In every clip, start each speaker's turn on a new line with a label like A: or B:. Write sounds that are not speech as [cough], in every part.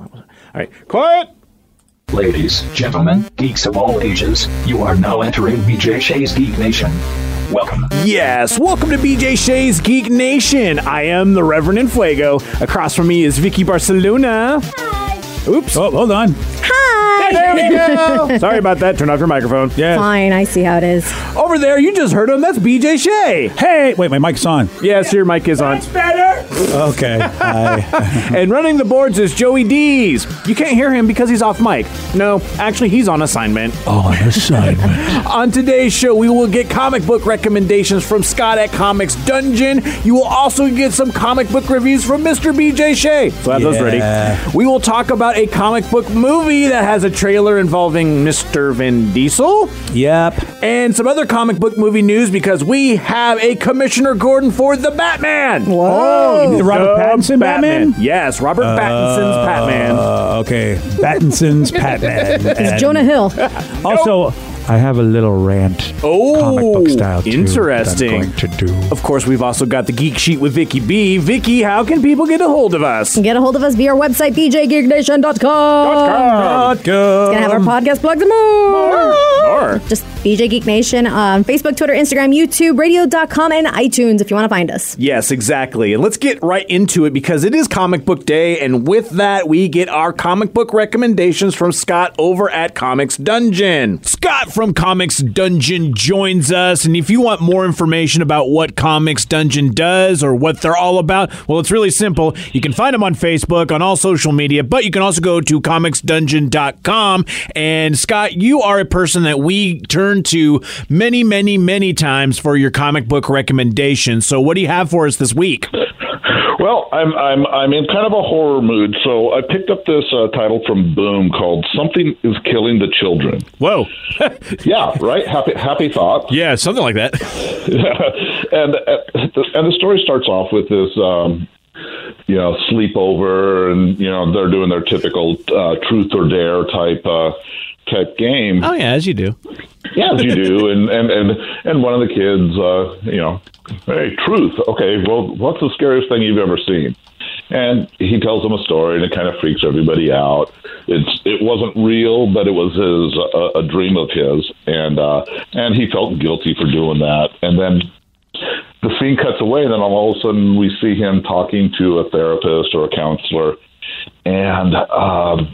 A: All right, quiet.
B: Ladies, gentlemen, geeks of all ages, you are now entering BJ Shays Geek Nation. Welcome.
A: Yes, welcome to BJ Shays Geek Nation. I am the Reverend Infuego. Across from me is Vicky Barcelona. Oops.
C: Oh, hold on.
A: Hey, there we
C: [laughs]
A: go. Sorry about that. Turn off your microphone.
C: Yeah.
D: Fine, I see how it is.
A: Over there, you just heard him. That's BJ Shay.
C: Hey, wait, my mic's on.
A: Yes, your mic is on.
C: Okay. [laughs] Hi.
A: And running the boards is Joey Dees. You can't hear him because he's off mic. No, actually, he's on assignment.
C: On assignment.
A: On today's show, we will get comic book recommendations from Scott at Comics Dungeon. You will also get some comic book reviews from Mr. BJ Shea. So have those
C: Yeah.
A: ready. We will talk about a comic book movie that has a trailer involving Mr. Vin Diesel
C: yep.
A: and some other comic book movie news because we have a Commissioner Gordon for the Batman.
C: Oh, you mean Robert Pattinson Batman?
A: Yes, Robert Pattinson's Batman.
C: Uh, okay. Battinson's Batman. And
D: Jonah Hill.
C: Also, I have a little rant.
A: Oh,
C: comic book style. too, that
A: interesting.
C: I'm going to do.
A: Of course, we've also got the Geek Sheet with Vicky B. Vicky, how can people get a hold of us?
D: Get a hold of us via our website, bjgeeknation.com. Gonna have our podcast plugs and more.
A: Or
D: Just BJ Geek Nation on Facebook, Twitter, Instagram, YouTube, radio.com, and iTunes if you want to find us.
A: Yes, exactly. And let's get right into it because it is comic book day. And with that, we get our comic book recommendations from Scott over at Comics Dungeon. Scott from Comics Dungeon joins us. And if you want more information about what Comics Dungeon does or what they're all about, well, it's really simple. You can find them on Facebook, on all social media, but you can also go to comicsdungeon.com. And Scott, you are a person that we turn to many, many, many times for your comic book recommendations. So, what do you have for us this week?
E: Well, I'm I'm I'm in kind of a horror mood, so I picked up this uh, title from Boom called "Something Is Killing the Children."
A: Whoa.
E: Yeah, right. Happy happy thoughts.
A: yeah, something like that.
E: [laughs] and uh, and the story starts off with this, um, you know, sleepover, and you know they're doing their typical uh, truth or dare type uh, type game.
A: Oh, yeah, as you do.
E: Yeah, as you do, and and and and one of the kids, uh, you know, hey, truth. Okay, well, what's the scariest thing you've ever seen? And he tells them a story, and it kind of freaks everybody out. It's it wasn't real, but it was his a, a dream of his, and uh, and he felt guilty for doing that. And then the scene cuts away, and then all of a sudden we see him talking to a therapist or a counselor, and um,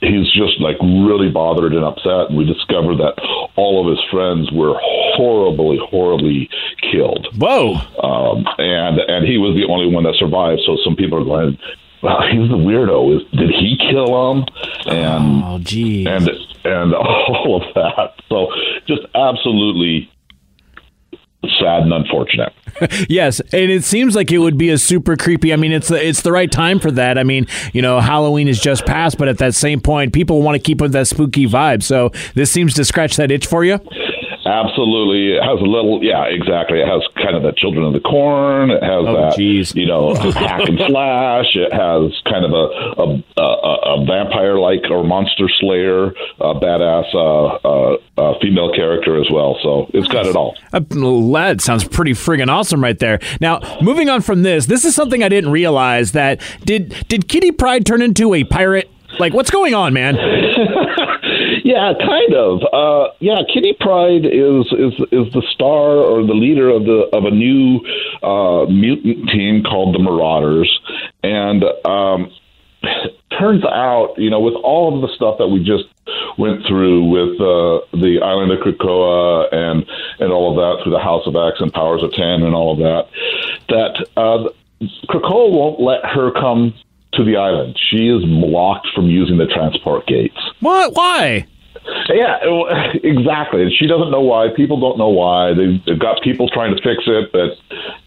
E: he's just like really bothered and upset. And we discover that all of his friends were horribly, horribly killed,
A: Whoa.
E: um, and and he was the only one that survived. So some people are going, "Wow, he's the weirdo. Is, did he kill him?" And
A: Oh, gee.
E: and and [laughs] all of that. So just absolutely sad and unfortunate.
A: Yes, and it seems like it would be a super creepy. I mean, it's the, it's the right time for that. I mean, you know, Halloween is just past, but at that same point, people want to keep with that spooky vibe. So this seems to scratch that itch for you.
E: Absolutely, it has a little. Yeah, exactly. It has kind of the children of the corn. It has
A: Oh,
E: that
A: geez.
E: you know hack and slash. It has kind of a a, a, a vampire like or monster slayer, a badass uh, uh, uh, female character as well. So it's got it all.
A: Uh, That sounds pretty friggin' awesome right there. Now, moving on from this, this is something I didn't realize that did did Kitty Pride turn into a pirate? Like, what's going on, man?
E: Yeah, kind of. Uh, yeah, Kitty Pride is, is is the star or the leader of the of a new uh, mutant team called the Marauders, and um, turns out, you know, with all of the stuff that we just went through with uh, the island of Krakoa and and all of that through the House of X and Powers of Ten and all of that, that uh, Krakoa won't let her come to the island. She is blocked from using the transport gates.
A: What? Why?
E: Yeah, well, [laughs] exactly. And she doesn't know why. People don't know why. They've, they've got people trying to fix it, but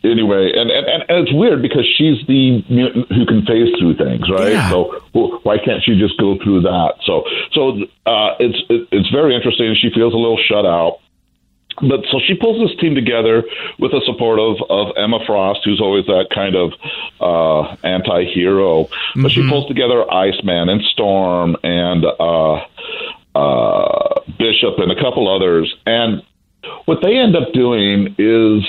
E: anyway, and, and, and and it's weird because she's the mutant who can phase through things, right?
A: Yeah.
E: So well, why can't she just go through that? So so uh, it's it, it's very interesting. She feels a little shut out. But so she pulls this team together with the support of, of Emma Frost, who's always that kind of uh, anti hero. But she pulls together Iceman and Storm and uh, uh, Bishop and a couple others. And what they end up doing is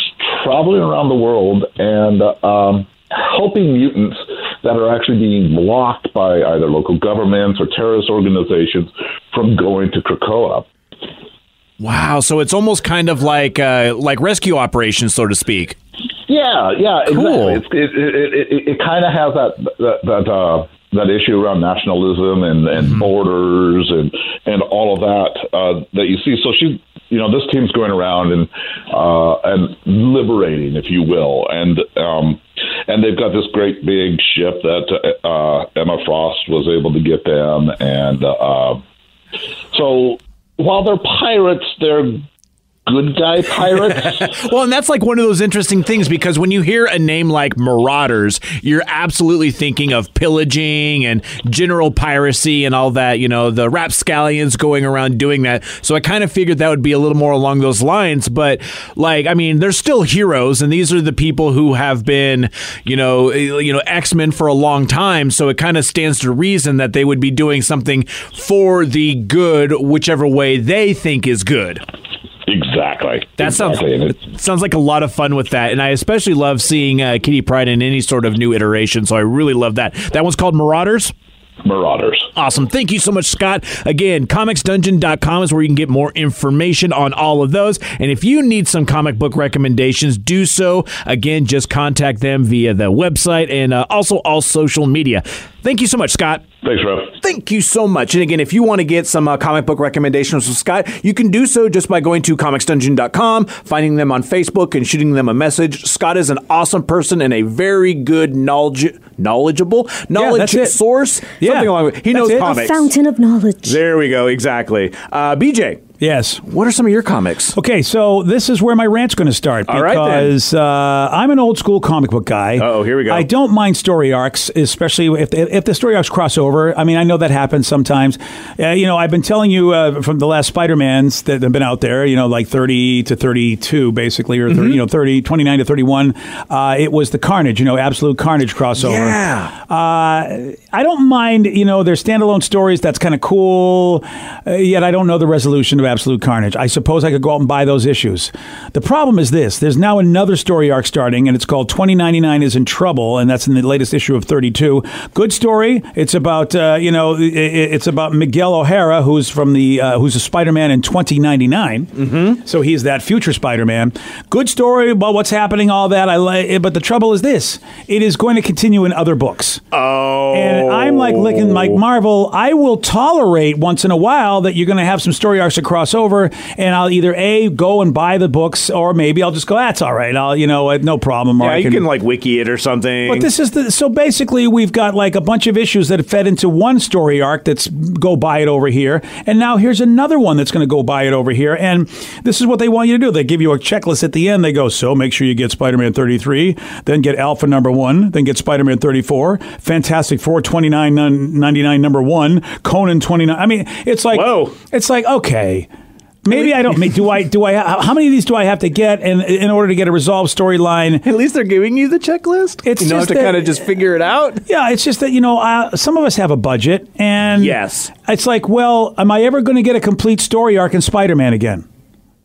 E: traveling around the world and um, helping mutants that are actually being blocked by either local governments or terrorist organizations from going to Krakoa.
A: Wow. So it's almost kind of like uh, like rescue operations, so to speak.
E: Yeah, yeah,
A: Cool.
E: exactly. It's, it it, it, it, it kind of has that that that, uh, that issue around nationalism and, and borders and and all of that uh, that you see. So she, you know, this team's going around and uh, and liberating, if you will, and um, and they've got this great big ship that uh, Emma Frost was able to get them, and uh, so while they're pirates, they're good guy pirates.
A: Well, and that's like one of those interesting things because when you hear a name like Marauders, you're absolutely thinking of pillaging and general piracy and all that, you know, the rapscallions going around doing that. So I kind of figured that would be a little more along those lines. But, like, I mean, they're still heroes, and these are the people who have been, you know, eh, you know, X Men for a long time. So it kind of stands to reason that they would be doing something for the good, whichever way they think is good.
E: Exactly.
A: That sounds
E: exactly. And it's-
A: sounds like a lot of fun with that, and I especially love seeing uh, Kitty Pride in any sort of new iteration. So I really love that. That one's called Marauders.
E: Marauders.
A: Awesome. Thank you so much, Scott. Again, comicsdungeon.com is where you can get more information on all of those. And if you need some comic book recommendations, do so. Again, just contact them via the website and uh, also all social media. Thank you so much, Scott.
E: Thanks, Rev.
A: Thank you so much. And again, if you want to get some uh, comic book recommendations from Scott, you can do so just by going to comicsdungeon.com, finding them on Facebook, and shooting them a message. Scott is an awesome person and a very good knowledge, knowledgeable knowledge
C: that's it.
A: source.
C: Yeah.
A: Something along with he
C: That's
A: knows
C: it. A
A: comics.
D: Fountain of knowledge.
A: There we go. Exactly. Uh, BJ,
C: Yes.
A: what are some of your comics?
C: Okay, so this is where my rant's going to start
A: All right, then.
C: because uh, I'm an old school comic book guy.
A: Uh-oh, here we go.
C: I don't mind story arcs, especially if if the story arcs cross over. I mean, I know that happens sometimes. Uh, you know, I've been telling you uh, from the last Spider Mans that have been out there. You know, like 30 to 32, basically, or
A: Mm-hmm.
C: 30, you know 30, 29 to 31. Uh, it was the Carnage. You know, absolute Carnage crossover.
A: Yeah.
C: Uh, I don't mind, you know, there's standalone stories. That's kind of cool. Uh, yet I don't know the resolution of Absolute Carnage. I suppose I could go out and buy those issues. The problem is this there's now another story arc starting, and it's called 2099 is in Trouble, and that's in the latest issue of 32. Good story. It's about, uh, you know, i- i- it's about Miguel O'Hara, who's from the, uh, who's a Spider Man in 2099. Mm-hmm. So he's that future Spider Man. Good story about what's happening, all that. I like, But the trouble is this it is going to continue in other books. And I'm like licking like
A: Oh.
C: Marvel. I will tolerate once in a while that you're going to have some story arcs to cross over, and I'll either a go and buy the books, or maybe I'll just go. That's all right. I'll you know uh, no problem. Or
A: Yeah,
C: I
A: you can, like wiki it or something.
C: but this is the so basically we've got like a bunch of issues that fed into one story arc that's go buy it over here, and now here's another one that's going to go buy it over here, and this is what they want you to do. They give you a checklist at the end. They go, so make sure you get Spider-Man 33, then get Alpha number one, then get Spider-Man 34, Fantastic Four 29 nun- 99 number one, Conan 29. I mean, it's like
A: Whoa.
C: it's like okay. Maybe I don't. Do I? Do I? How many of these do I have to get in, in order to get a resolved storyline?
A: at least they're giving you the checklist.
C: It's
A: you don't have
C: just
A: to
C: that-
A: kind of just figure it out.
C: Yeah, it's just that you know uh, some of us have a budget, and
A: Yes.
C: it's like, well, am I ever going to get a complete story arc in Spider-Man again?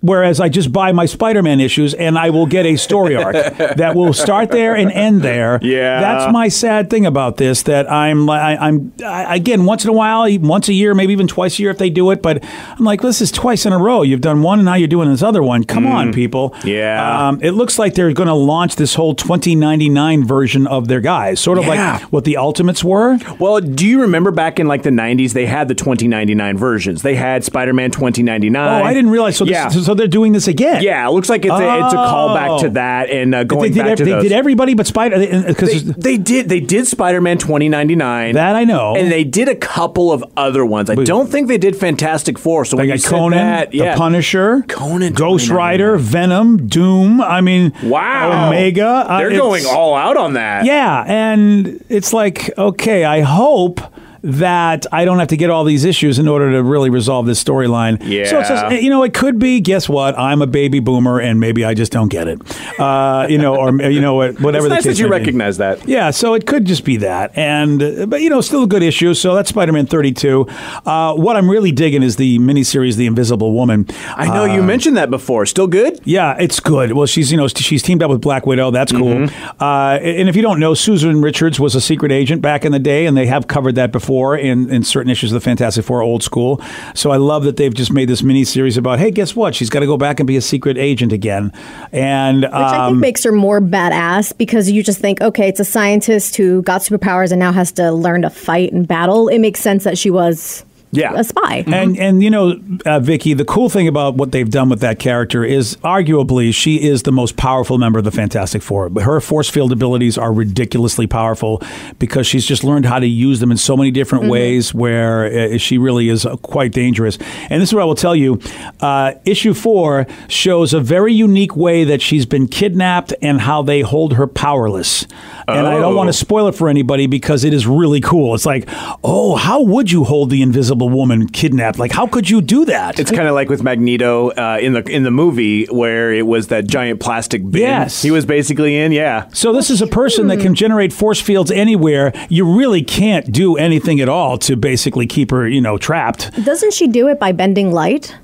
C: Whereas I just buy my Spider-Man issues, and I will get a
A: [laughs]
C: story arc that will start there and end there.
A: Yeah.
C: that's my sad thing about this. That I'm, li- I, I'm I, again once in a while, once a year, maybe even twice a year if they do it. But I'm like, this is twice in a row. You've done one, and now you're doing this other one. Come on, people.
A: Mm. Yeah.
C: Um, it looks like they're going to launch this whole 2099 version of their guys, sort of
A: Yeah.
C: like what the Ultimates were.
A: Well, do you remember back in like the 90s, they had the 2099 versions? They had Spider Man 2099.
C: Oh, I didn't realize. So, this-
A: Uh, yeah.
C: so they're doing this again.
A: yeah, it looks like it's, a, it's a callback to that and uh,
C: They
A: going
C: did,
A: back
C: ev-
A: to
C: they
A: those.
C: did everybody but Spider.
A: they,
C: Because
A: they did they did Spider-Man 2099.
C: That I know.
A: And they did a couple of other ones. I don't think they did Fantastic Four. So
C: they
A: when you
C: got
A: said
C: Conan,
A: that,
C: the
A: yeah.
C: Punisher,
A: Conan
C: Ghost
A: 2099.
C: Rider, Venom, Doom. I mean,
A: Wow.
C: Omega. Uh,
A: They're
C: it's-
A: going all out on that.
C: Yeah, and it's like okay. I hope that I don't have to get all these issues in order to really resolve this storyline.
A: Yeah.
C: So it's just, you know, it could be, guess what? I'm a baby boomer and maybe I just don't get it. Uh, you know, or, you know, whatever
A: It's
C: the
A: nice
C: case
A: that you
C: may be.
A: recognize that.
C: Yeah, so it could just be that, and uh, but you know, still a good issue. So that's Spider Man thirty two. Uh, what I'm really digging is the miniseries, The Invisible Woman. Uh,
A: I know you mentioned that before. Still good?
C: Yeah, it's good. Well, she's you know she's teamed up with Black Widow. That's cool. Uh, and if you don't know, Susan Richards was a secret agent back in the day, and they have covered that before in, in certain issues of the Fantastic Four, old school. So I love that they've just made this mini series about hey, guess what? She's got to go back and be a secret agent again. And uh,
D: Which I think makes her more badass because you just think, okay, it's a scientist who got superpowers and now has to learn to fight and battle. It makes sense that she was
A: Yeah.
D: a spy.
C: And and you know, uh, Vicky, the cool thing about what they've done with that character is arguably she is the most powerful member of the Fantastic Four. But her force field abilities are ridiculously powerful because she's just learned how to use them in so many different ways where uh, she really is uh, quite dangerous. And this is what I will tell you. Uh, issue 4 shows a very unique way that she's been kidnapped and how they hold her powerless. And I don't want to spoil it for anybody because it is really cool. It's like, "Oh, how would you hold the invisible woman kidnapped? Like how could you do that?"
A: It's kind of like with Magneto uh, in the in the movie where it was that giant plastic bin.
C: Yes.
A: he was basically in. Yeah,
C: so this is a person that can generate force fields anywhere. You really can't do anything at all to basically keep her, you know, trapped.
D: Doesn't she do it by bending light?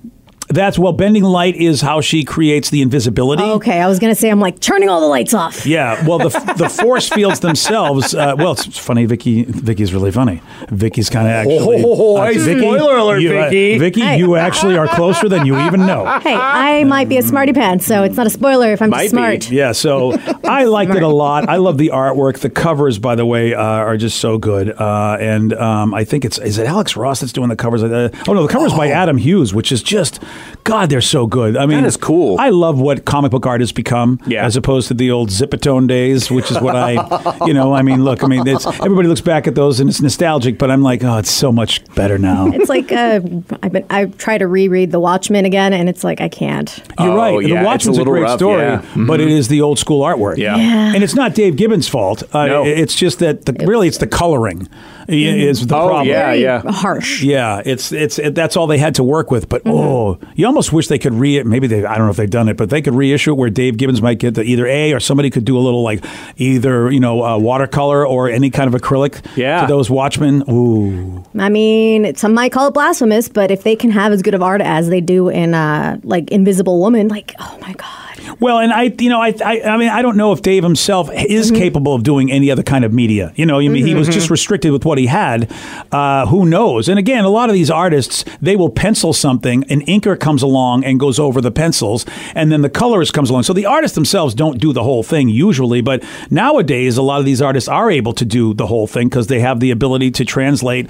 C: That's well, bending light is how she creates the invisibility.
A: Oh.
D: Okay, I was going to say, I'm like, turning all the lights off.
C: Yeah, well, the,
A: [laughs]
C: the force fields themselves. Uh, well, it's funny. Vicky, Vicky's really funny. Vicky's kind of actually. uh,
A: Oh, oh, oh, hey, spoiler alert,
C: you, uh,
A: Vicky.
C: Vicky,
D: Hey.
C: you actually are closer than you even know.
D: Hey, I might be a smarty pants, so it's not a spoiler if I'm
A: Might be.
D: just smart.
C: [laughs] Yeah, so I liked it a lot. I love the artwork. The covers, by the way, uh, are just so good. Uh, and um, I think it's is it Alex Ross that's doing the covers. Uh, oh no, the covers by Adam Hughes, which is just God, they're so good. I mean,
A: That is cool.
C: I love what comic book art has become,
A: Yeah.
C: as opposed to the old Zipatone days, which is what
A: [laughs]
C: I, you know, I mean, look, I mean, it's everybody looks back at those and it's nostalgic, but I'm like, oh, it's so much better now.
D: It's like uh, I've been. I try to reread The Watchmen agagen, and it's like I can't.
C: You're
A: Oh,
C: right.
A: yeah,
C: the
A: it's
C: Watchmen's
A: a
C: a,
A: little
C: great
A: rough,
C: story,
A: yeah. Mm-hmm.
C: but it is the old school artwork.
A: Yeah.
D: Uh.
A: Yeah.
C: and it's not Dave Gibbons' fault. Uh,
A: No.
C: it's just that the, really it's the coloring i- is the
A: Oh,
C: problem.
A: yeah,
D: Very
A: yeah.
D: Harsh.
C: Yeah, it's it's it, that's all they had to work with. But oh, you almost wish they could re. Maybe they. I don't know if they've done it, but they could reissue it where Dave Gibbons might get the either A or somebody could do a little like either you know uh, watercolor or any kind of acrylic.
A: Yeah.
C: to those Watchmen. Ooh,
D: I mean, it- some might call it blasphemous, but if they can have as good of art as they do in uh, like Invisible Woman, like oh my god,
C: Well, and I, you know, I, I, I mean, I don't know if Dave himself is capable of doing any other kind of media. You know, I mean, he was just restricted with what he had. Uh, who knows? And again, a lot of these artists, they will pencil something, an inker comes along and goes over the pencils, and then the colorist comes along. So the artists themselves don't do the whole thing usually, but nowadays, a lot of these artists are able to do the whole thing because they have the ability to translate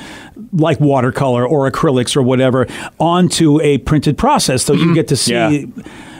C: like watercolor or acrylics or whatever onto a printed process. So you get to see.
A: Yeah.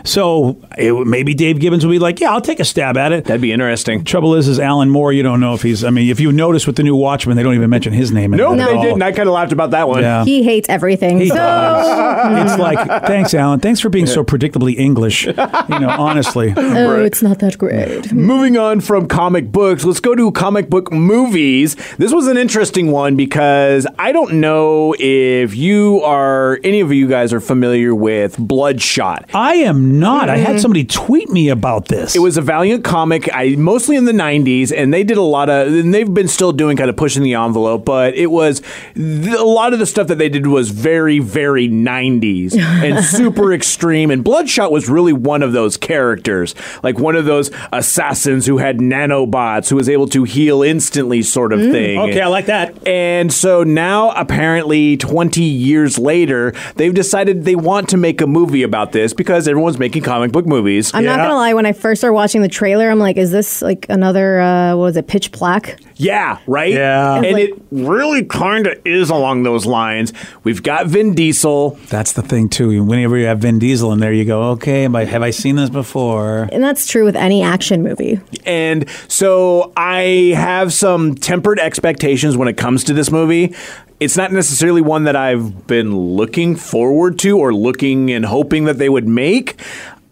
C: So it, maybe Dave Gibbons will be like, "Yeah, I'll take a stab at it."
A: that'd be interesting.
C: Trouble is, is Alan Moore. You don't know if he's. I mean, if you notice with the new Watchmen, they don't even mention his name. in it
A: Nope,
C: at
A: they
C: all.
A: didn't. I kind of laughed about that one.
C: Yeah.
D: he hates everything.
C: He
D: so
C: does. [laughs] it's like, thanks, Alan. Thanks for being so predictably English. You know, honestly.
D: oh, it's not that great.
A: Moving on from comic books, let's go to comic book movies. This was an interesting one because I don't know if you are any of you guys are familiar with Bloodshot.
C: I am not. I had somebody tweet me about this.
A: It was a Valiant comic, I mostly in the '90s, and they did a lot of, and they've been still doing kind of pushing the envelope. But it was th- a lot of the stuff that they did was very, very '90s and super extreme. And Bloodshot was really one of those characters, like one of those assassins who had nanobots, who was able to heal instantly, sort of thing.
C: okay. I like that.
A: And so now, apparently, 20 years later, they've decided they want to make a movie about this because everyone's making comic book movies.
D: I'm not
C: Yeah.
D: gonna lie. When I first started watching the trailer, I'm like, is this like another uh, what was it, Pitch Black?
A: Yeah, right?
C: Yeah.
A: And
D: Like-
A: it really kind of is along those lines. We've got Vin Diesel.
C: That's the thing too. Whenever you have Vin Diesel in there, you go, "Okay, am I, have I seen this before?"
D: And that's true with any action movie.
A: And so I have some tempered expectations when it comes to this movie. It's not necessarily one that I've been looking forward to or looking and hoping that they would make.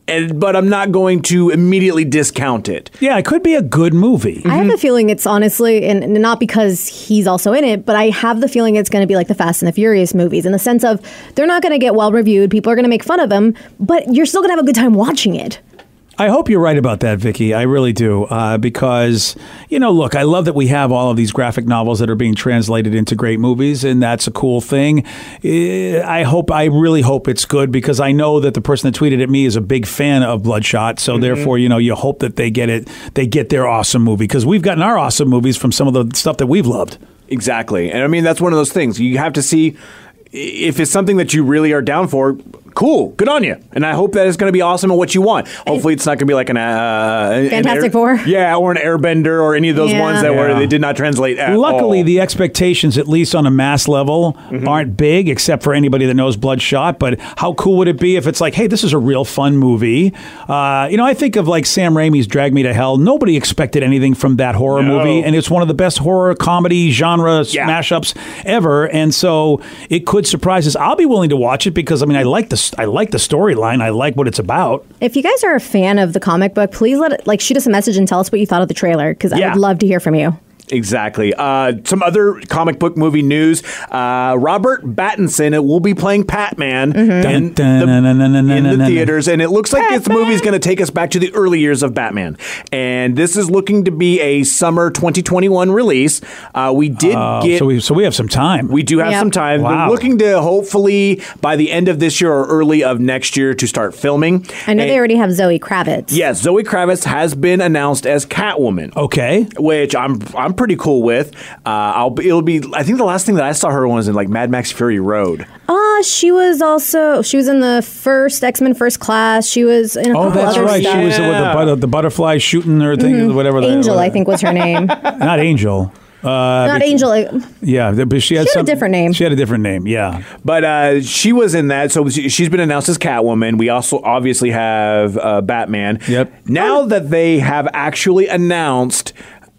A: and, but I'm not going to immediately discount it.
C: Yeah, it could be a good movie.
D: I have the feeling it's honestly, and not because he's also in it, but I have the feeling it's going to be like the Fast and the Furious movies in the sense of they're not going to get well reviewed. People are going to make fun of them, but you're still going to have a good time watching it.
C: I hope you're right about that, Vicky. I really do, uh, because you know, look, I love that we have all of these graphic novels that are being translated into great movies, and that's a cool thing. Eh, I hope, I really hope it's good because I know that the person that tweeted at me is a big fan of Bloodshot, so therefore, you know, you hope that they get it, they get their awesome movie because we've gotten our awesome movies from some of the stuff that we've loved.
A: Exactly. And I mean, that's one of those things. You have to see if it's something that you really are down for. Cool, good on you, and I hope that it's going to be awesome and what you want. Hopefully, it's not going to be like an uh, an
D: Fantastic
A: air-
D: Four?
A: yeah, or an Airbender, or any of those
D: Yeah.
A: ones that were
C: Yeah.
A: they did not translate. At
C: Luckily,
A: all. Mm-hmm.
C: the expectations, at least on a mass level, aren't big, except for anybody that knows Bloodshot. But how cool would it be if it's like, hey, this is a real fun movie? Uh, you know, I think of like Sam Raimi's Drag Me to Hell. Nobody expected anything from that horror
A: No.
C: movie, and it's one of the best horror comedy genre
A: Yeah.
C: mashups ever. And so it could surprise us. I'll be willing to watch it because I mean, I like the I like the storyline. I like what it's about.
D: If you guys are a fan of the comic book, please let it, like shoot us a message and tell us what you thought of the trailer because I
A: Yeah.
D: would love to hear from you.
A: Exactly. Uh, some other comic book movie news. Uh, Robert Pattinson will be playing Patman in
C: Dun, dun, dun, dun, dun,
A: the, in
C: dun,
A: the
C: dun.
A: theaters, and it looks like this
D: Batman.
A: movie is going to take us back to the early years of Batman. And this is looking to be a summer 2021 release. Uh, we did get.
C: Oh, So
A: we-
C: we so we have some time.
A: do have
D: Yep.
A: some time.
C: Wow.
A: They're looking to hopefully by the end of this year or early of next year to start filming.
D: I know
A: And-
D: they already have Zoe Kravitz.
A: Yes, Zoe Kravitz has been announced as Catwoman
C: okay.
A: which I'm I'm pretty cool with. Uh, I'll be, it'll be I think the last thing that I saw her was in like Mad Max Fury Road.
D: Ah, she was also she was in the first X Men First Class. She was in a
C: Oh,
D: couple
C: that's
D: other
C: right.
D: stuff. Mm-hmm.
C: She was with the,
A: Yeah.
C: butter, the butterfly shooting or thing, whatever. the-
D: Angel, I think was her name.
C: [laughs] Not Angel. Uh,
D: Not Angel. like-
C: yeah, th- but she had,
D: She had a
C: some-
D: different name.
C: She had a different name. Yeah,
A: But uh, she was in that, so she- she's been announced as Catwoman. We also obviously have uh, Batman.
C: Yep.
A: Now that they have actually announced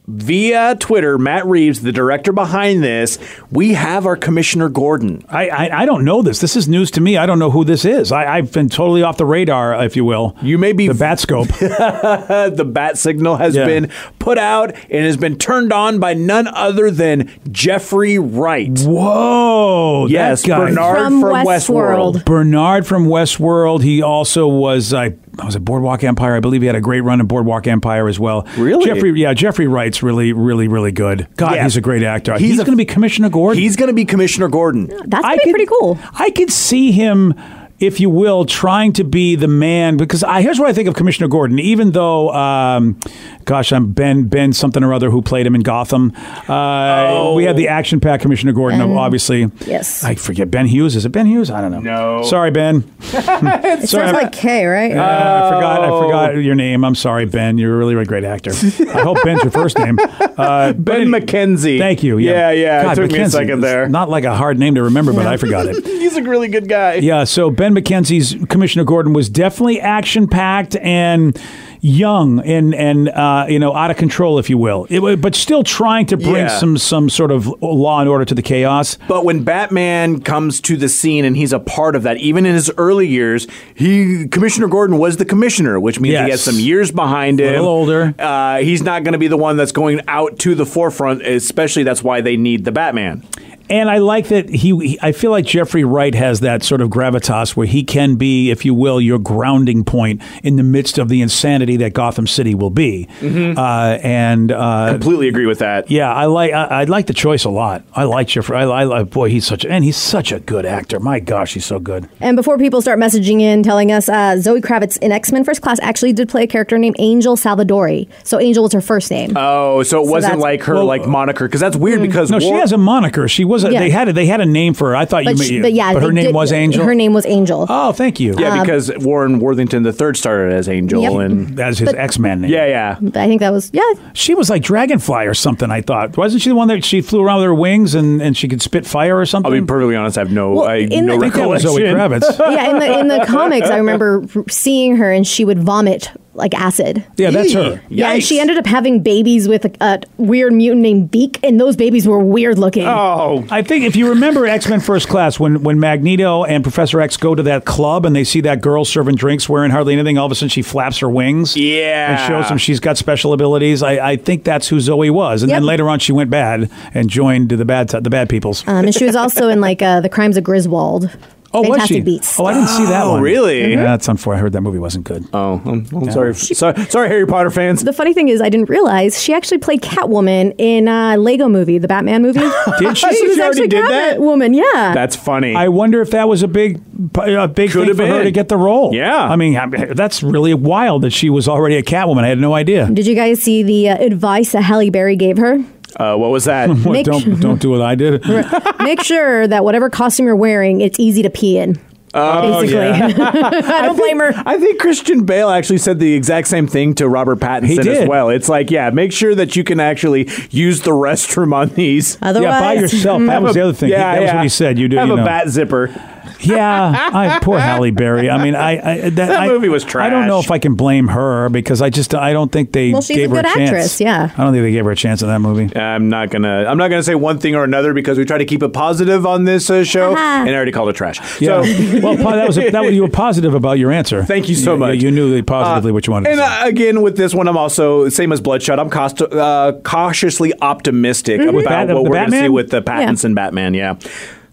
A: via Twitter, Matt Reeves, the director behind this, we have our Commissioner Gordon.
C: I, I I don't know this. This is news to me. I don't know who this is. I, I've been totally off the radar, if you will.
A: You may be
C: the bat
A: [laughs]
C: scope.
A: Uh, the bat signal has
C: Yeah.
A: been put out and has been turned on by none other than Jeffrey Wright.
C: Whoa! that
A: Yes,
C: guy.
A: Bernard
D: From
A: from,
D: Westworld.
A: Westworld.
C: Bernard from Westworld. He also was I was a Boardwalk Empire. I believe he had a great run in Boardwalk Empire as well.
A: Really?
C: Jeffrey? Yeah, Jeffrey Wright's really, really, really good. God,
A: Yeah.
C: he's a great actor. He's,
A: He's a-
C: going to be Commissioner Gordon.
A: He's going to be Commissioner Gordon.
D: That's gonna
C: I
D: be
C: could-
D: pretty cool.
C: I could see him, if you will, trying to be the man because I here's what I think of Commissioner Gordon. Even though, um, gosh, I'm Ben Ben something or other who played him in Gotham. Uh,
A: Oh.
C: We had the action packed Commissioner Gordon, obviously.
D: yes.
C: I forget Ben Hughes. Is it Ben Hughes? I don't know.
A: No.
C: Sorry, Ben.
D: It sounds like K, right?
C: Uh, I forgot. I
A: Oh.
C: forgot your name. I'm sorry, Ben. You're a really, really great actor. I hope Ben's your first name. Uh, but
A: Ben
C: any-
A: McKenzie.
C: Thank you.
A: Yeah,
C: Yeah,
A: yeah.
C: God,
A: it took me
C: McKenzie.
A: a second
C: It's
A: there.
C: Not like a hard name to remember, but I forgot it.
A: He's a really good guy.
C: Yeah, so Ben McKenzie's Commissioner Gordon was definitely action packed and young and and uh, you know out of control, if you will. It, wa- but still trying to bring
A: Yeah.
C: some some sort of law and order to the chaos.
A: But when Batman comes to the scene and he's a part of that, even in his early years, he Commissioner Gordon was the commissioner, which means
C: Yes.
A: he has some years behind him.
C: Little older.
A: Uh, he's not going to be the one that's going out to the forefront. Especially that's why they need the Batman.
C: And I like that he, he- I feel like Jeffrey Wright has that sort of gravitas where he can be, if you will, your grounding point in the midst of the insanity that Gotham City will be. Uh, and uh,
A: Completely agree with that.
C: Yeah, I like I, I like the choice a lot. I like Jeffrey. I, I like boy, he's such and he's such a good actor. My gosh, he's so good.
D: And before people start messaging in telling us, uh, Zoe Kravitz in X Men First Class actually did play a character named Angel Salvadori. So Angel was her first name.
C: Uh,
A: Oh, so Mm. it wasn't
D: that's-
A: like her
C: Well,
A: like moniker because that's weird because
C: No, she
A: War-
C: has a moniker. She was a,
D: Yeah.
C: they had a, they had a name for her. I thought you
D: but,
C: meant
D: she,
C: you.
D: but yeah,
C: but her
D: they
C: name
D: did-
C: was Angel.
D: Her name was Angel.
C: Oh, thank you.
A: yeah because Warren Worthington the third started as Angel
D: Yep.
A: and
C: That's his X Men name.
A: yeah yeah
D: But I think that was yeah.
C: She was like Dragonfly or something, I thought. Wasn't she the one that she flew around with her wings and, and she could spit fire or something?
A: I'll be perfectly honest. I have no,
D: Well,
A: I,
D: in
A: no
D: the- I
C: I think that
D: [laughs]
C: was
A: recollection.
C: Zoe Kravitz.
D: Yeah, in the in the comics, I remember seeing her and she would vomit like acid.
C: Yeah, that's her.
D: Yeah, and she
A: Yikes.
D: ended up having babies with a, a weird mutant named Beak, and those babies were weird looking.
A: Oh,
C: I think if you remember X Men First Class, when, when Magneto and Professor X go to that club and they see that girl serving drinks wearing hardly anything, all of a sudden she flaps her wings.
A: Yeah.
C: And shows them she's got special abilities. I, I think that's who Zoe was. And then
D: Yep.
C: later on, she went bad and joined the bad t- the bad peoples.
D: Um, and she was also in like uh, the Crimes of Griswold.
C: oh,
D: Fantastic
C: was she?
D: Beasts.
C: Oh, I didn't see that
A: Oh,
C: one.
A: really?
C: Yeah, that's unfortunate. I heard that movie wasn't good.
A: oh, I'm, I'm sorry. sorry, sorry, Harry Potter fans.
D: the funny thing is, I didn't realize she actually played Catwoman in uh, Lego Movie, the Batman movie.
A: [laughs] Did she?
D: she was
A: She already
D: actually
A: did that?
D: Woman, yeah.
A: That's funny.
C: I wonder if that was a big, a big
A: Could
C: thing
A: have
C: for her
A: been.
C: to get the role.
A: Yeah.
C: I mean, I- that's really wild that she was already a Catwoman. I had no idea.
D: did you guys see the uh, advice that Halle Berry
A: [laughs]
D: gave her?
A: uh, what was that?
C: What,
D: Make-
C: don't don't do what I did.
D: [laughs] Make sure that whatever costume you're wearing, it's easy to pee in. Oh, basically.
A: [laughs]
D: I don't blame her.
A: [laughs] I think Christian Bale actually said the exact same thing to Robert Pattinson
C: He did.
A: as well. It's like, yeah, make sure that you can actually use the restroom on these.
D: Otherwise,
C: yeah,
D: [laughs]
C: by yourself. That was the other thing.
A: Yeah,
C: that was
A: yeah.
C: what he said. You do.
A: have
C: you
A: a
C: know.
A: bat zipper. [laughs]
C: Yeah, I, poor Halle Berry. I mean, I, I that, I-
A: movie was
C: I don't know
A: trash.
C: if I can blame her because I just I don't think they
D: Well, she's
C: gave
D: a
C: her
D: good
C: a chance.
D: actress, yeah.
C: I don't think they gave her a chance in that movie.
A: I'm not gonna. I'm not gonna say one thing or another because we try to keep it positive on this uh, show,
D: Uh-huh.
A: and I already called it trash.
C: Yeah.
A: So
C: [laughs] well, Pa- that was a, that was, you were positive about your answer.
A: Thank you so much.
C: You knew positively what you wanted.
A: And
C: to say.
A: uh, again, with this one, I'm also same as Bloodshot. I'm cost, uh, cautiously optimistic about
C: Mm-hmm. Bat-
A: what
C: the
A: we're going to
C: Batman?
A: see with the Pattinson Batman. Yeah.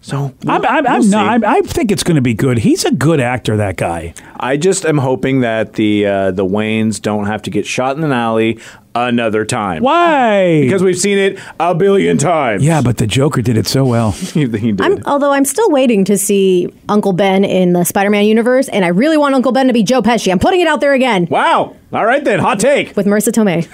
A: So
C: I'm, I'm, I'm
A: we'll
C: not.
A: see.
C: I'm, I think it's going to be good. He's a good actor. That guy.
A: I just am hoping that the uh, the Waynes don't have to get shot in an alley another time.
C: Why?
A: Because we've seen it a billion times.
C: yeah, but the Joker did it so
A: [laughs]
C: well.
A: he, he did.
D: I'm, although I'm still waiting to see Uncle Ben in the Spider-Man universe, and I really want Uncle Ben to be Joe Pesci. I'm putting it out there again
A: wow. All right then. Hot take.
D: with Marissa Tomei.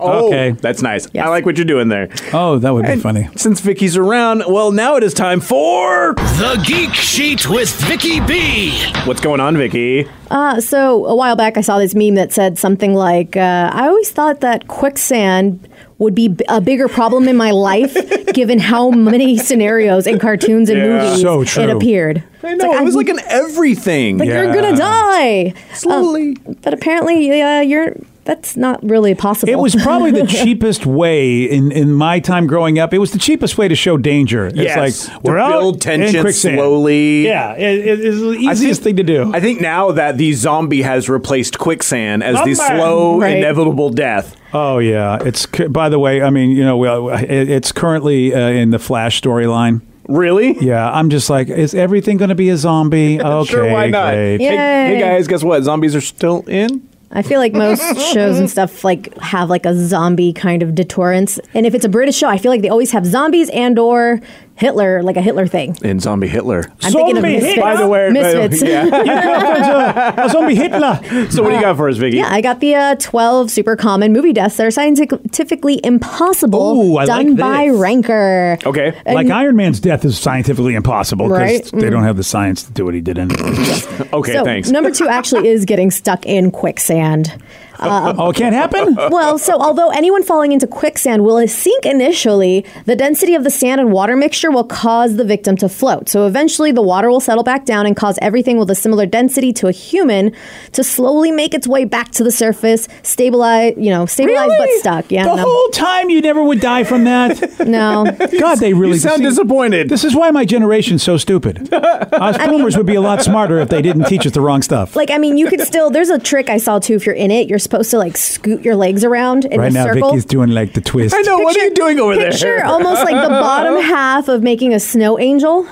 A: Oh,
C: Okay.
A: That's nice.
D: Yes.
A: I like what you're doing there.
C: Oh, that would be
A: And
C: funny.
A: Since Vicky's around, well, now it is time for
F: The Geek Sheet with Vicky B.
A: what's going on, Vicky?
D: Uh, so a while back, I saw this meme that said something like, uh, "I always thought that quicksand." Would be b- a bigger problem in
A: [laughs]
D: my life, given how many scenarios in cartoons and
A: Yeah.
D: movies
C: So true.
D: it appeared.
A: I know. it was like an everything.
D: Like you're gonna die
A: Slowly.
C: Oh.
D: Um, but apparently, uh, you're. That's not really possible.
C: It was
A: [laughs]
D: [laughs]
C: probably the cheapest way in, in my time growing up. It was the cheapest way to show danger. It's
A: Yes. To
C: like we're out
A: build tension
C: in quicksand.
A: slowly.
C: Yeah, it, it- it's the
A: I think-
C: easiest thing to do.
A: I think now that the zombie has replaced quicksand as the
C: Zombie.
A: slow,
D: Right.
A: inevitable death.
C: oh yeah, it's cu- by the way. I mean, you know, well, it, it's currently uh, in the Flash storyline.
A: Really?
C: Yeah, I'm just like, is everything going to be a zombie?
A: [laughs]
C: Okay,
A: Sure, why not?
C: great.
A: [laughs] Hey, hey
D: Yay.
A: guys, guess what? Zombies are still in.
D: I feel like most shows and stuff like have like a zombie kind of deterrence. And if it's a British show, I feel like they always have zombies and or Hitler, like a Hitler thing.
A: And zombie Hitler.
D: I'm thinking of
C: Zombie
D: Misfits.
C: Hitler? By the way,
A: [laughs]
D: Misfits. [laughs]
A: yeah.
C: Your girlfriend's a, a zombie Hitler.
A: So what do you got for us, Vicky?
D: Yeah, I got the uh, 12 super common movie deaths that are scientifically impossible
C: Ooh, I
D: done
C: like
D: by
C: this.
D: Ranker.
A: Okay.
C: Like Iron Man's death is scientifically impossible because
D: Right?
C: they
A: mm.
C: don't have the science to do what he
A: [laughs]
C: did anyway.
A: Okay,
D: uh, so
A: thanks.
D: number two actually is getting stuck in quicksand.
C: oh, it
A: [laughs]
C: can't happen.
D: Well, so although anyone falling into quicksand will sink initially, the density of the sand and water mixture will cause the victim to float. So eventually, the water will settle back down and cause everything with a similar density to a human to slowly make its way back to the surface, stabilize, you know, stabilize but stuck. Yeah,
C: The
D: no,
C: whole time you never would die
A: [laughs]
C: from that. [laughs]
D: no.
C: God, they really
A: you sound
C: see,
A: disappointed.
C: This is why my generation's so [laughs] stupid. Us boomers would be a lot smarter if they didn't teach us the wrong stuff.
D: Like I mean, you could still. There's a trick I saw too. If you're in it, you're supposed to like scoot your legs around in
C: right
D: a
C: now,
D: circle.
C: Vicky's doing like the twist.
A: I know. what are you doing over [laughs]
D: picture
A: there?
D: almost like
A: [laughs]
D: the bottom half of making a snow angel.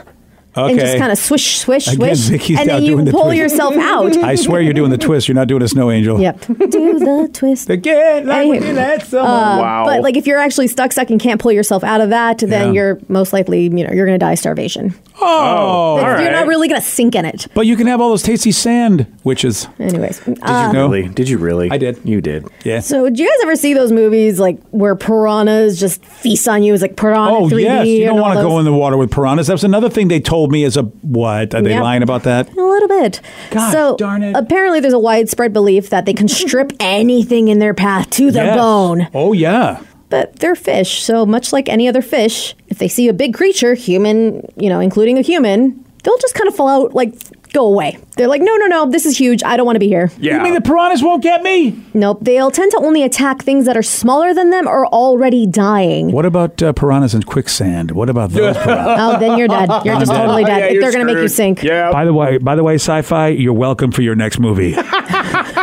D: And just
C: Okay.
D: kind of swish, swish,
C: Again,
D: swish,
C: Vicky's
D: and
C: now
D: then you
C: doing the
D: pull
C: twist.
D: yourself out. [laughs]
C: [laughs] I swear you're doing the twist. You're not doing a snow angel.
D: Yep. Do the twist.
C: Again, like we
D: Anywho,
C: did that summer.
A: wow.
D: But like, if you're actually stuck, stuck, and can't pull yourself out of that, then
C: Yeah.
D: you're most likely, you know, you're going to die of starvation.
C: oh,
D: But
A: right.
D: You're not really going to sink in it.
C: but you can have all those tasty sand witches.
D: Anyways,
C: Did
D: uh,
C: you know?
A: really? Did you really?
C: I did.
A: You did.
C: Yeah.
D: so do you guys ever see those movies like where piranhas just feast on you? It's like piranha
C: Oh
D: 3D.
C: yes, you don't
D: and all
C: want to
D: those.
C: go in the water with piranhas. That was another thing they told me. Is a what? Are they
D: Yeah.
C: lying about that?
D: A little bit.
C: Gosh
D: so
C: darn it.
D: apparently, there's a widespread belief that they
A: [laughs]
D: can strip anything in their path to the
C: Yes.
D: bone.
C: Oh yeah.
D: But they're fish, so much like any other fish, if they see a big creature, human, you know, including a human, they'll just kind of fall out like go away. They're like, no, no, no, this is huge. I don't want to be here.
A: Yeah.
C: You mean the piranhas won't get me?
D: Nope. They'll tend to only attack things that are smaller than them or already dying.
A: [laughs]
C: What about uh, piranhas in quicksand? What about [laughs] those piranhas?
D: Oh, then you're dead. You're just
C: dead.
D: totally
A: Oh, [laughs]
D: dead.
A: yeah,
D: If
A: you're
D: they're going to make you
A: screwed.
D: sink.
A: Yeah.
C: By the way, by the way, sci-fi, you're welcome for your
D: [laughs]
C: next movie.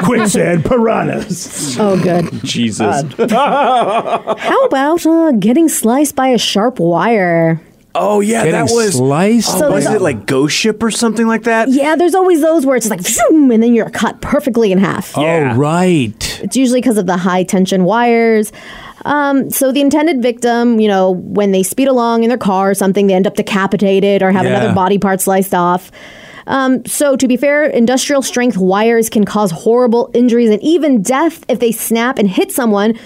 C: quicksand piranhas.
D: Oh,
A: [laughs]
D: good.
A: Jesus.
D: How about uh, getting sliced by a sharp wire?
A: oh yeah, that
C: Getting
A: was
C: sliced.
A: Oh,
D: So
A: was
D: there's
A: it like Ghost Ship or something like that?
D: Yeah, there's always those where it's like, zoom, and then you're cut perfectly in half.
A: Yeah.
C: Oh right.
D: It's usually because of the high tension wires. Um, so the intended victim, you know, when they speed along in their car or something, they end up decapitated or have
C: Yeah.
D: another body part sliced off. Um, so to be fair, industrial strength wires can cause horrible injuries and even death if they snap and hit someone.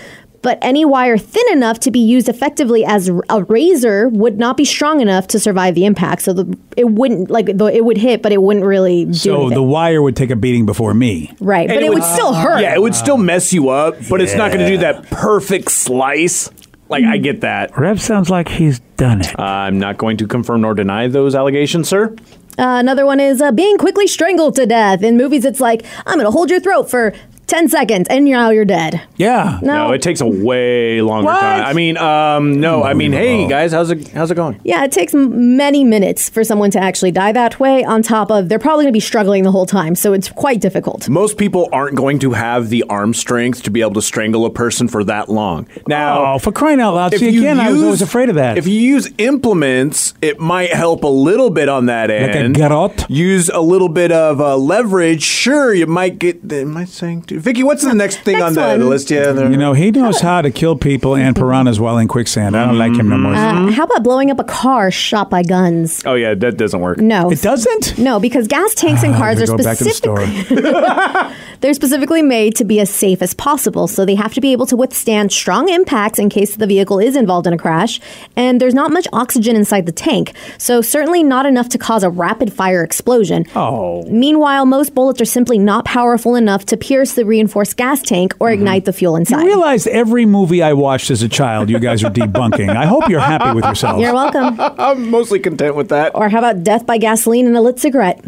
D: But any wire thin enough to be used effectively as r- a razor would not be strong enough to survive the impact. So the, it wouldn't like the, it would hit, but it wouldn't really do
C: So
D: anything.
C: the wire would take a beating before me.
D: right, but
A: And Uh,
D: it, would, still hurt.
A: Yeah, it would still mess you up, but it's not going to do
C: Yeah.
A: that perfect slice. Like I get that.
C: Rev sounds like he's done it.
A: I'm not going to confirm nor deny those allegations, sir.
D: Uh, another one is uh, being quickly strangled to death. In movies, it's like, I'm going to hold your throat for 10 seconds and now you're dead.
C: yeah.
D: No.
A: No, it takes a way longer
C: What?
A: time. I mean, um, no, I mean, hey guys, how's it how's it going?
D: Yeah, it takes m- many minutes for someone to actually die that way, on top of they're probably going to be struggling the whole time. So it's quite difficult.
A: Most people aren't going to have the arm strength to be able to strangle a person for that long. Now,
C: Oh, for crying out loud. See, again, I was always afraid of that.
A: If you use implements, it might help a little bit on that
C: Like a
A: end.
C: garrote?
A: Use a little bit of uh, leverage. Sure, you might get. Am I saying? Too? Vicky, what's the next thing
D: Next
A: on the
D: one.
A: list? Yeah, there-
C: you know, he knows how to kill people and piranhas while in quicksand. I don't like him no more.
A: Mm-hmm.
D: Uh, how about blowing up a car shot by guns?
A: Oh yeah, that doesn't work.
D: No.
C: it doesn't?
D: No, because gas tanks
C: [sighs]
D: and
C: Ah,
D: cars
C: we
D: are
C: go back to the
D: specifically [laughs]
C: story.
D: they're specifically made to be as safe as possible, so they have to be able to withstand strong impacts in case the vehicle is involved in a crash. And there's not much oxygen inside the tank, so certainly not enough to cause a rapid fire explosion.
C: Oh.
D: Meanwhile, most bullets are simply not powerful enough to pierce the reinforced gas tank or ignite the fuel inside.
C: I realized every movie I watched as a child, you guys are debunking. I hope you're happy with yourself.
D: You're welcome.
A: [laughs] I'm mostly content with that.
D: or how about death by gasoline and a lit cigarette?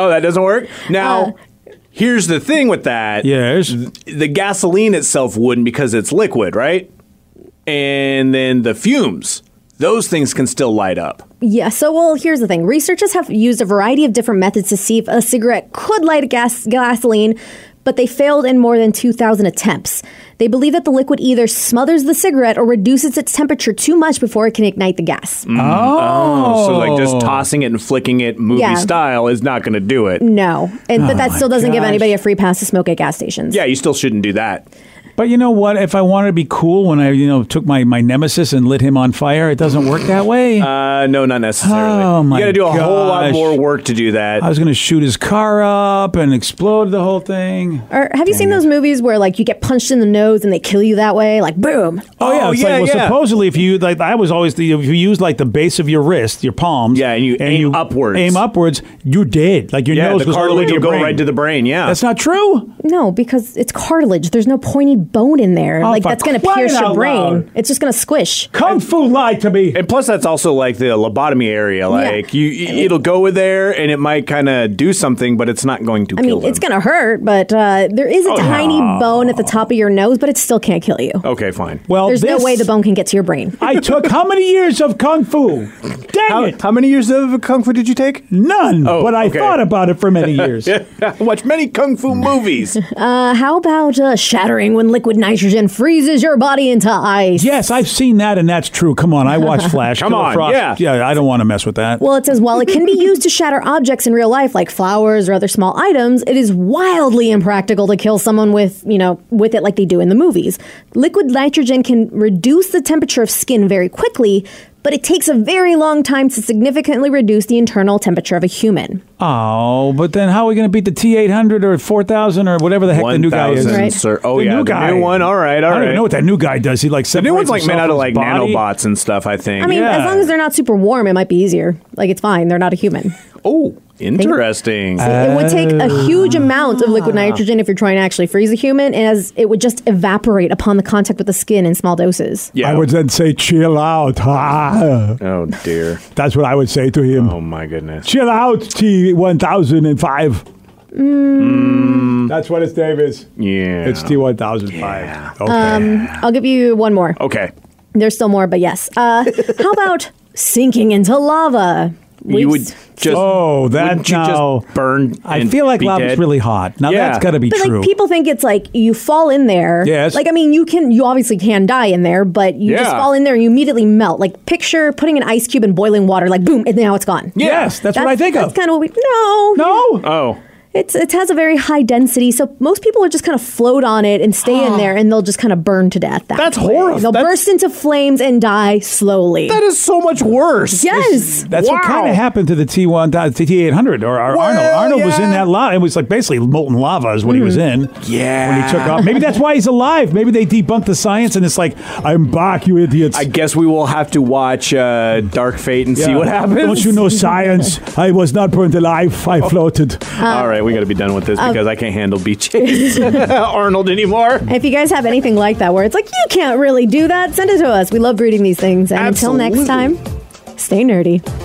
A: Oh, that doesn't work. Now,
D: Uh,
A: here's the thing with that.
C: yes.
A: the gasoline itself wouldn't because it's liquid, right? And then the fumes, those things can still light up.
D: Yeah, so well, here's the thing. Researchers have used a variety of different methods to see if a cigarette could light a gas gasoline, but they failed in more than 2000 attempts. They believe that the liquid either smothers the cigarette or reduces its temperature too much before it can ignite the gas.
C: Mm.
A: Oh, so like just tossing it and flicking it movie
D: Yeah. Mm.
A: style is not going to do it.
D: No. And but that
C: Oh my
D: still doesn't give
C: gosh.
D: anybody a free pass to smoke at gas stations.
A: Yeah, you still shouldn't do that.
C: But you know what? If I wanted to be cool when I, you know, took my, my nemesis and lit him on fire, it doesn't work that way.
A: Uh, no, not necessarily.
C: Oh, my
A: you got to do a whole lot
C: gosh.
A: more work to do that.
C: I was going to shoot his car up and explode the whole thing.
D: Or have you seen those movies where like you get punched in the nose and they kill you that way? Like boom.
C: Oh, yeah,
A: Oh,
C: it's
A: yeah,
C: like well,
A: yeah.
C: supposedly if you like, I was always the, if you use like the base of your wrist, your palms,
A: Yeah, and you aim upwards.
C: aim upwards, you're dead. Like your
A: yeah,
C: nose
A: the
C: goes all the way
A: cartilage
C: to
A: will
C: your
A: go
C: brain.
A: right to the brain. Yeah.
C: That's not true.
D: No, because it's cartilage. There's no pointy bone in there.
C: Oh,
D: like
C: for
D: that's going to
C: crying
D: pierce your
C: out
D: brain.
C: loud.
D: It's just going to squish.
C: Kung Fu lied to me.
A: and plus, that's also like the lobotomy area. Like you, it'll go there, and it might kind of do something, but it's not going to
D: I
A: kill
D: mean,
A: them.
D: it's going to hurt, but uh, there is a tiny bone at the top of your nose, but it still can't kill you.
A: okay, fine.
C: Well,
D: There's
C: this-
D: no way the bone can get to your brain.
C: I took how many years of
D: [laughs]
C: Kung Fu? Dang
A: How,
C: it,
A: how many years of kung fu did you take?
C: none.
A: Oh,
C: but I
A: okay.
C: thought about it for many years.
A: [laughs] I watch many kung fu movies.
D: Uh, how about uh, shattering when liquid nitrogen freezes your body into ice?
C: Yes, I've seen that, and that's true. Come on,
A: [laughs]
C: I watch Flash.
A: Come
C: Killer
A: on,
C: Frost.
A: yeah.
C: yeah. I don't want to mess with that.
D: Well, it says while it can be used to shatter objects in real life, like flowers or other small items, it is wildly impractical to kill someone with, you know, with it like they do in the movies. Liquid nitrogen can reduce the temperature of skin very quickly, but it takes a very long time to significantly reduce the internal temperature of a human.
C: oh, but then how are we going to beat the T eight hundred or four thousand or whatever [laughs] the heck the new guy is?
A: 1,000,
D: Right.
A: sir. Oh
C: The
A: yeah,
C: new
A: the
C: guy.
A: new one. All right, all
C: I don't
A: right.
C: even know what that new guy does. He like
A: the new one's like made out of like
C: body.
A: nanobots and stuff. I think.
D: I mean,
C: Yeah.
D: as long as they're not super warm, it might be easier. Like it's fine; they're not a human.
A: Oh, Interesting.
D: It would take a huge amount of liquid
C: Ah.
D: nitrogen if you're trying to actually freeze a human, as it would just evaporate upon the contact with the skin in small doses.
A: yeah.
C: I would then say, chill out. [laughs] Ah.
A: oh dear.
C: That's what I would say to him.
A: Oh my goodness.
C: Chill out, T1005. That's what its name is.
A: Mm. Yeah.
C: It's T1005. Okay.
D: I'll give you one more.
A: okay.
D: There's still more, but yes. Uh,
C: [laughs]
D: how about sinking into lava?
A: you
D: We've-
A: would just.
C: oh, that
A: wouldn't you
C: now.
A: just burn?
C: I
A: and
C: feel like
A: be
C: lava's
A: dead?
C: really hot. Now
A: Yeah.
C: that's got to be
D: But
C: true.
D: like people think it's like you fall in there.
C: Yes.
D: Like I mean, you can you obviously can die in there, but you just
A: Yeah.
D: fall in there and you immediately melt. Like picture putting an ice cube in boiling water, like boom, and now it's gone.
C: yes, that's, what I think
D: that's
C: of.
D: kind of what we no
C: no.
A: Oh.
D: It's it has a very high density, so most people will just kind of float on it and stay in there, and they'll just kind of burn to death. That
A: That's
D: way.
A: horrible.
D: They'll
A: That's-
D: burst into flames and die slowly.
A: That is so much worse.
D: yes,
C: That's what
A: Wow.
C: kind of happened to the T one T eight hundred or or Arnold.
A: Well,
C: Arnold was
A: yeah. Hmm.
C: in that lava. It was like basically molten lava is what he was in.
A: Yeah.
C: when he took off. Maybe that's why he's alive. Maybe they debunked the science and it's like, I'm back, you idiots.
A: I guess we will have to watch uh, Dark Fate and see
C: Yeah.
A: what happens. Oh.
C: Don't you know science? I was not burned alive. I floated.
D: Uh,
A: All right, we got to be done with this because I can't handle [laughs] BJ's Arnold anymore.
D: If you guys have anything like that where it's like, you can't really do that, send it to us. We love reading these things. And until next time, stay nerdy.